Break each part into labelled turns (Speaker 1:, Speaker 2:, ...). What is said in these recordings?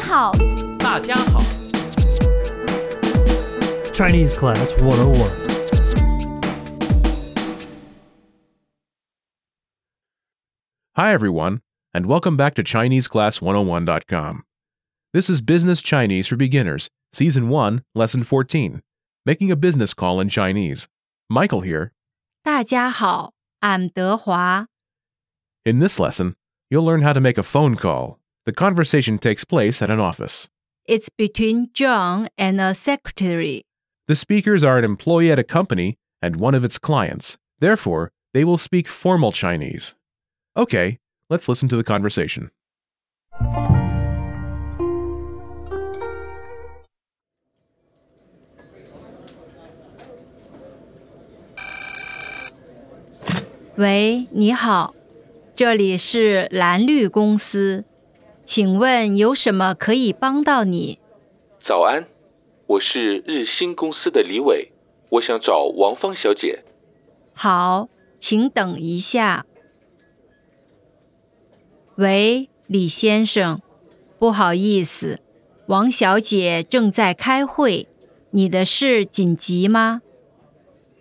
Speaker 1: 好，
Speaker 2: 大家好，
Speaker 3: Chinese class 101.
Speaker 4: Hi, everyone, and welcome back to ChineseClass101.com. This is Business Chinese for Beginners, Season 1, Lesson 14 Making a Business Call in Chinese. Michael here.
Speaker 5: 大家好，俺德华。
Speaker 4: In this lesson, you'll learn how to make a phone call. The conversation takes place at an office.
Speaker 5: It's between John and a secretary.
Speaker 4: The speakers are an employee at a company and one of its clients. Therefore, they will speak formal Chinese. Okay, let's listen to the conversation.
Speaker 5: 喂，你好，这里是蓝绿公司，请问有什么可以帮到你？
Speaker 6: 早安，我是日新公司的李伟，我想找王芳小姐。
Speaker 5: 好，请等一下。喂，李先生，不好意思，王小姐正在开会，你的事紧急吗？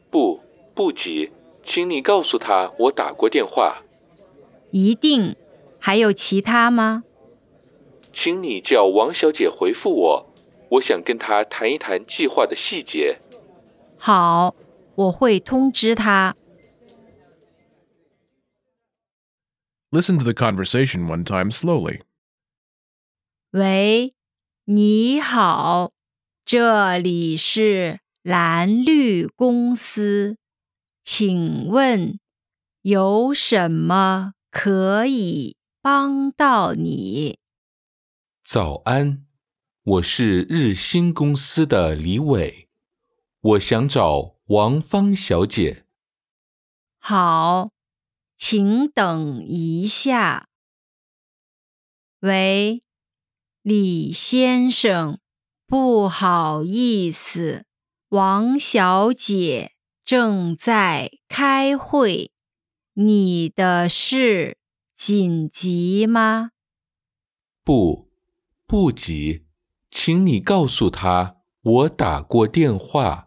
Speaker 6: 不，不急，请你告诉她我打过电话，
Speaker 5: 一定。还有其他吗？
Speaker 6: 请你叫王小姐回复我，我想跟她谈一谈计划的细节。
Speaker 5: 好，我会通知他。
Speaker 4: Listen to the conversation one time slowly.
Speaker 5: 喂，你好，这里是蓝绿公司，请问有什么可以帮到你？
Speaker 6: 早安，我是日新公司的李伟，我想找王芳小姐。
Speaker 5: 好，请等一下。喂，李先生，不好意思，王小姐正在开会，你的事紧急吗？
Speaker 6: 不，不急，请你告诉他我打过电话。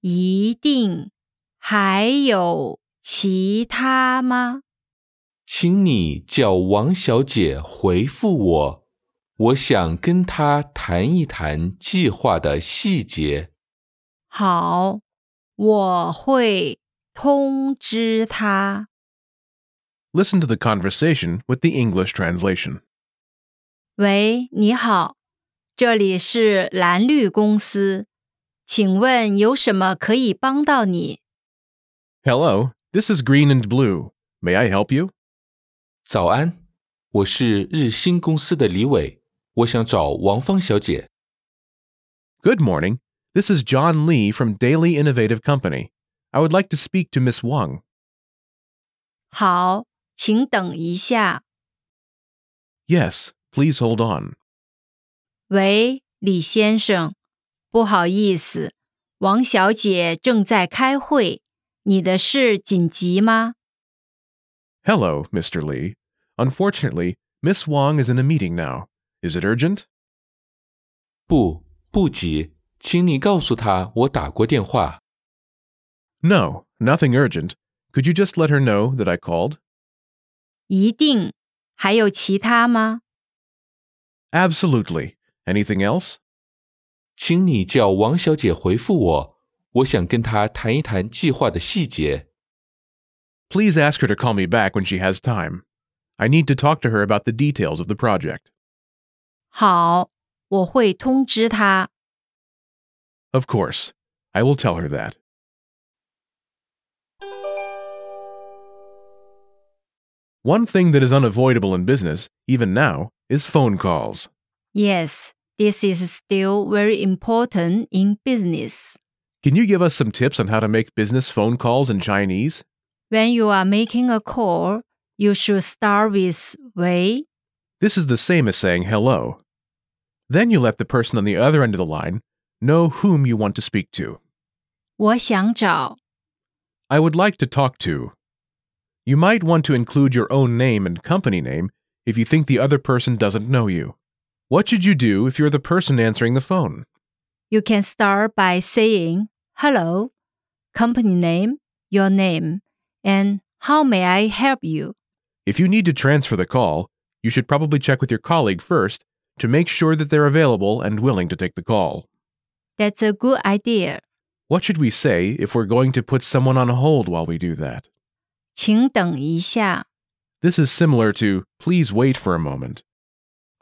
Speaker 5: 一定，还有其他吗？
Speaker 6: 请你叫王小姐回复我，我想跟她谈一谈计划的细节。
Speaker 5: 好，我会通知他。
Speaker 4: Listen to the conversation with the English translation.
Speaker 5: 喂，你好，这里是蓝绿公司，请问有什么可以帮到你？
Speaker 4: Hello, this is Green and Blue. May I help you?
Speaker 6: 早安，我是日新公司的李伟，我想找王芳小姐。
Speaker 4: Good morning. This is John Lee from Daily Innovative Company. I would like to speak to Miss Wang.
Speaker 5: 好，请等一下。
Speaker 4: Yes, please hold on.
Speaker 5: 喂，李先生，不好意思，王小姐正在开会，你的事紧急吗？
Speaker 4: Hello, Mr. Lee. Unfortunately, Miss Wang is in a meeting now. Is it urgent?
Speaker 6: 不，不急，请你告诉她我打过电话。
Speaker 4: No, nothing urgent. Could you just let her know that I called?
Speaker 5: 一定。还有其他吗？
Speaker 4: Absolutely. Anything else?
Speaker 6: 请你叫王小姐回复我，我想跟她谈一谈计划的细节。
Speaker 4: Please ask her to call me back when she has time. I need to talk to her about the details of the project.
Speaker 5: 好，我会通知他。
Speaker 4: Of course. I will tell her that. 1 thing that is unavoidable in business, even now, is phone calls.
Speaker 5: Yes, this is still very important in business.
Speaker 4: Can you give us some tips on how to make business phone calls in Chinese?
Speaker 5: When you are making a call, you should start with 喂。
Speaker 4: This is the same as saying hello. Then you let the person on the other end of the line know whom you want to speak to.
Speaker 5: 我想找。
Speaker 4: I would like to talk to. You might want to include your own name and company name if you think the other person doesn't know you. What should you do if you're the person answering the phone?
Speaker 5: You can start by saying hello, company name, your name, and how may I help you?
Speaker 4: If you need to transfer the call, you should probably check with your colleague first to make sure that they're available and willing to take the call.
Speaker 5: That's a good idea.
Speaker 4: What should we say if we're going to put someone on hold while we do that?
Speaker 5: 请等一下。
Speaker 4: This is similar to please wait for a moment.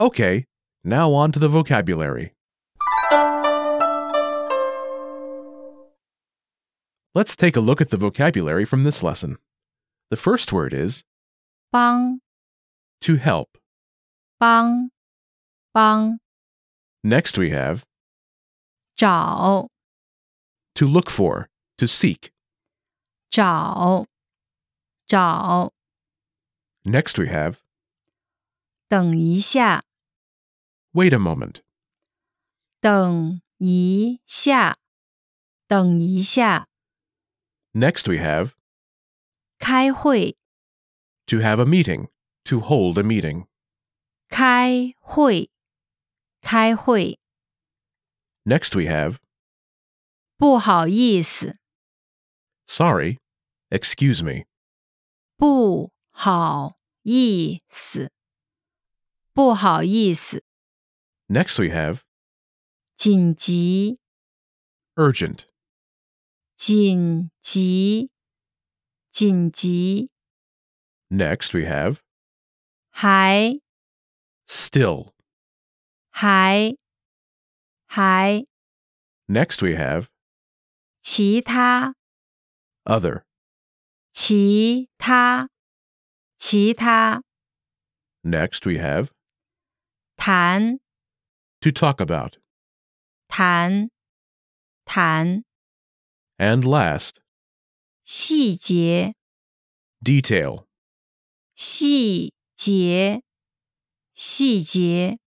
Speaker 4: Okay, now on to the vocabulary. Let's take a look at the vocabulary from this lesson. The first word is
Speaker 5: 帮
Speaker 4: to help.
Speaker 5: 帮帮
Speaker 4: Next we have
Speaker 5: 找
Speaker 4: to look for, to seek.
Speaker 5: 找找，
Speaker 4: Next we have
Speaker 5: 等一下，
Speaker 4: wait a moment.
Speaker 5: 等一下，等一下，
Speaker 4: Next we have
Speaker 5: 开会
Speaker 4: to have a meeting, to hold a meeting.
Speaker 5: 开会开会，
Speaker 4: Next we have
Speaker 5: 不好意思，
Speaker 4: sorry, excuse me.
Speaker 5: 不好意思，不好意思，
Speaker 4: Next we have
Speaker 5: 紧急
Speaker 4: urgent.
Speaker 5: 紧急紧急，
Speaker 4: Next we have
Speaker 5: 还
Speaker 4: still.
Speaker 5: 还还
Speaker 4: Next we have
Speaker 5: 其他
Speaker 4: other.
Speaker 5: 其他其他
Speaker 4: Next we have
Speaker 5: 谈
Speaker 4: to talk about.
Speaker 5: 谈谈
Speaker 4: And last,
Speaker 5: 细节
Speaker 4: detail.
Speaker 5: 细节细节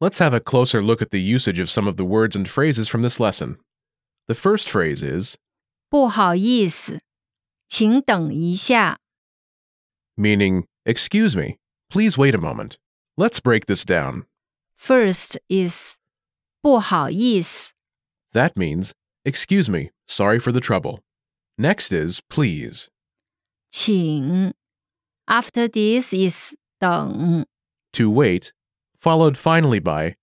Speaker 4: Let's have a closer look at the usage of some of the words and phrases from this lesson. The first phrase is
Speaker 5: 不好意思，请等一下。
Speaker 4: meaning, excuse me, please wait a moment. Let's break this down.
Speaker 5: First is 不好意思，
Speaker 4: That means, excuse me, sorry for the trouble. Next is please,
Speaker 5: 请。After this is 等
Speaker 4: to wait, followed finally by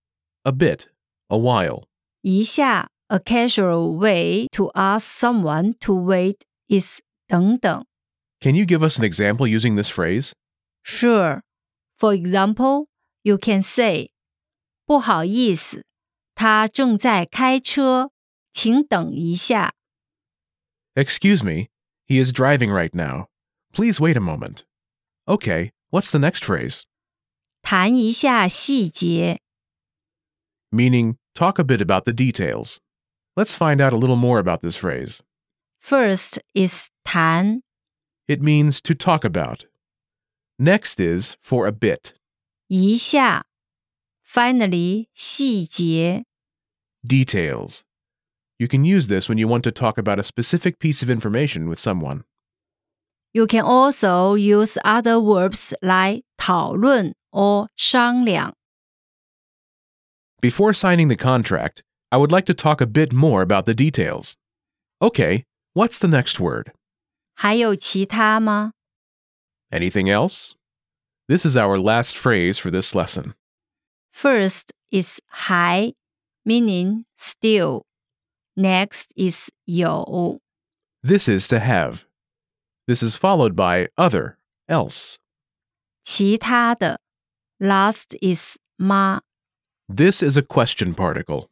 Speaker 4: a bit, a while.
Speaker 5: 一下。A casual way to ask someone to wait is 等等。
Speaker 4: Can you give us an example using this phrase?
Speaker 5: Sure. For example, you can say, 不好意思，他正在开车，请等一下。
Speaker 4: Excuse me, he is driving right now. Please wait a moment. Okay, what's the next phrase?
Speaker 5: 谈一下细节，
Speaker 4: Meaning, talk a bit about the details. Let's find out a little more about this phrase.
Speaker 5: first is 谈，
Speaker 4: It means to talk about. Next is for a bit,
Speaker 5: 一下，finally 细节，
Speaker 4: details. You can use this when you want to talk about a specific piece of information with someone.
Speaker 5: You can also use other verbs 来讨论 or 商量。
Speaker 4: Before signing the contract, I would like to talk a bit more about the details. Okay, what's the next word?
Speaker 5: 还有其他吗？
Speaker 4: Anything else? This is our last phrase for this lesson.
Speaker 5: First is 还，meaning still. Next is 有，
Speaker 4: This is to have. This is followed by other, else.
Speaker 5: 其他的。Last is 吗。
Speaker 4: This is a question particle.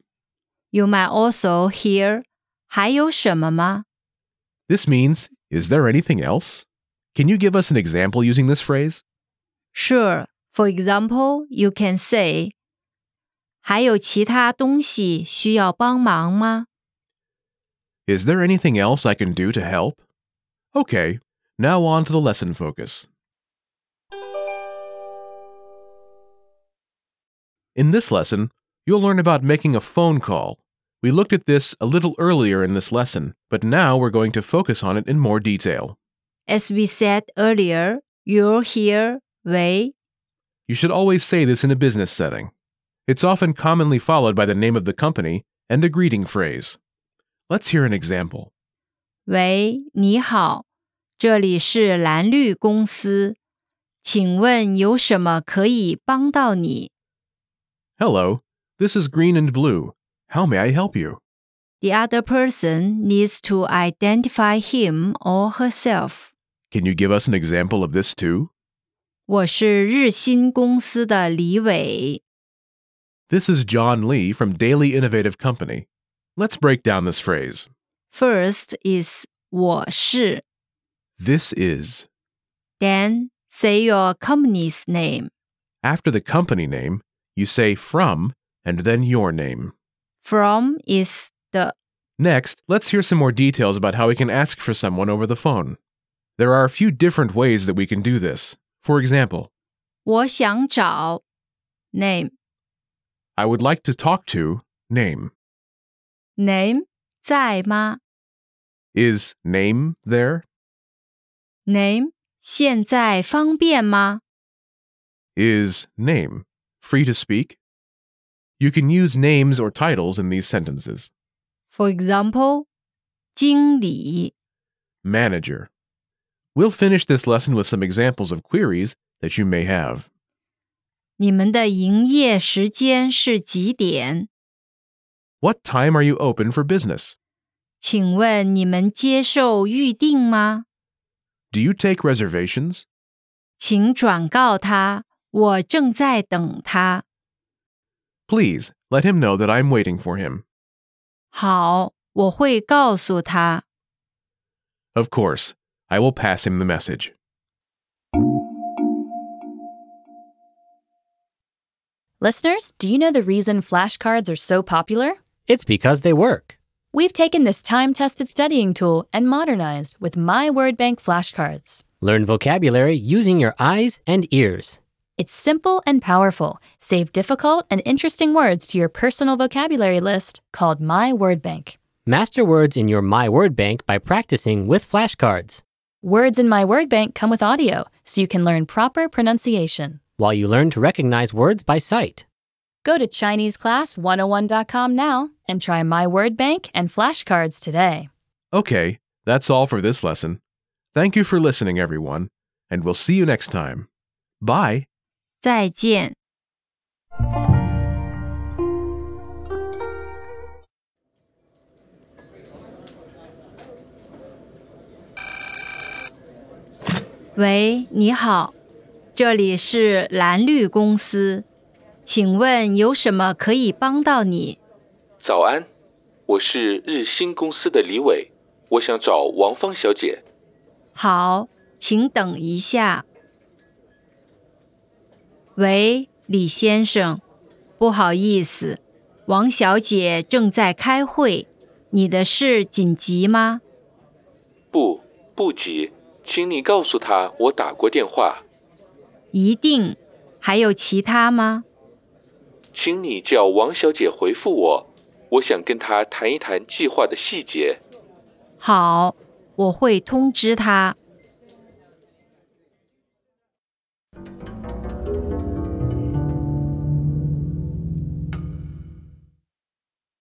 Speaker 5: You might also hear 还有什么吗？
Speaker 4: This means, is there anything else? Can you give us an example using this phrase?
Speaker 5: Sure. For example, you can say 还有其他东西需要帮忙吗？
Speaker 4: Is there anything else I can do to help? Okay, now on to the lesson focus. In this lesson, you'll learn about making a phone call. We looked at this a little earlier in this lesson, but now we're going to focus on it in more detail.
Speaker 5: As we said earlier, You're here 为
Speaker 4: You should always say this in a business setting. It's often commonly followed by the name of the company and a greeting phrase. Let's hear an example.
Speaker 5: 喂，你好，这里是蓝绿公司，请问有什么可以帮到你
Speaker 4: Hello, this is Green and Blue. How may I help you?
Speaker 5: ？The other person needs to identify him or herself。
Speaker 4: Can you give us an example of this too?
Speaker 5: 我是日新公司的李伟，
Speaker 4: This is John Lee from Daily Innovative Company. Let's break down this phrase.
Speaker 5: First is 我是
Speaker 4: This is.
Speaker 5: Then say your company's name.
Speaker 4: After the company name, you say from and then your name.
Speaker 5: From is the
Speaker 4: Next, let's hear some more details about how we can ask for someone over the phone. There are a few different ways that we can do this. For example,
Speaker 5: 我想找 name
Speaker 4: I would like to talk to name.
Speaker 5: name 在吗
Speaker 4: Is name there?
Speaker 5: name 现在方便吗？
Speaker 4: Is name free to speak? You can use names or titles in these sentences.
Speaker 5: For example，经理
Speaker 4: Manager. We'll finish this lesson with some examples of queries that you may have.
Speaker 5: 你们的营业时间是几点？
Speaker 4: What time are you open for business?
Speaker 5: 请问你们接受预定吗？
Speaker 4: Do you take reservations?
Speaker 5: 请转告他，我正在等他。
Speaker 4: Please let him know that I'm waiting for him.
Speaker 5: 好，我会告诉他。
Speaker 4: Of course, I will pass him the message.
Speaker 1: Listeners, do you know the reason flashcards are so popular?
Speaker 2: It's because they work.
Speaker 1: We've taken this time tested studying tool and modernized with My Word Bank flashcards.
Speaker 2: Learn vocabulary using your eyes and ears.
Speaker 1: It's simple and powerful. Save difficult and interesting words to your personal vocabulary list called My Word Bank.
Speaker 2: Master words in your My Word Bank by practicing with flashcards.
Speaker 1: Words in My Word Bank come with audio, so you can learn proper pronunciation.
Speaker 2: While you learn to recognize words by sight,
Speaker 1: Go to ChineseClass101.com now and try My Word Bank and flashcards today.
Speaker 4: Okay, that's all for this lesson. Thank you for listening, everyone, and we'll see you next time. Bye.
Speaker 5: 再见。喂，你好，这里是蓝绿公司，请问有什么可以帮到你？
Speaker 6: 早安，我是日新公司的李伟，我想找王芳小姐。
Speaker 5: 好，请等一下。喂，李先生，不好意思，王小姐正在开会，你的事紧急吗？
Speaker 6: 不，不急，请你告诉她我打过电话，
Speaker 5: 一定。还有其他吗？
Speaker 6: 请你叫王小姐回复我，我想跟她谈一谈计划的细节。
Speaker 5: 好，我会通知她。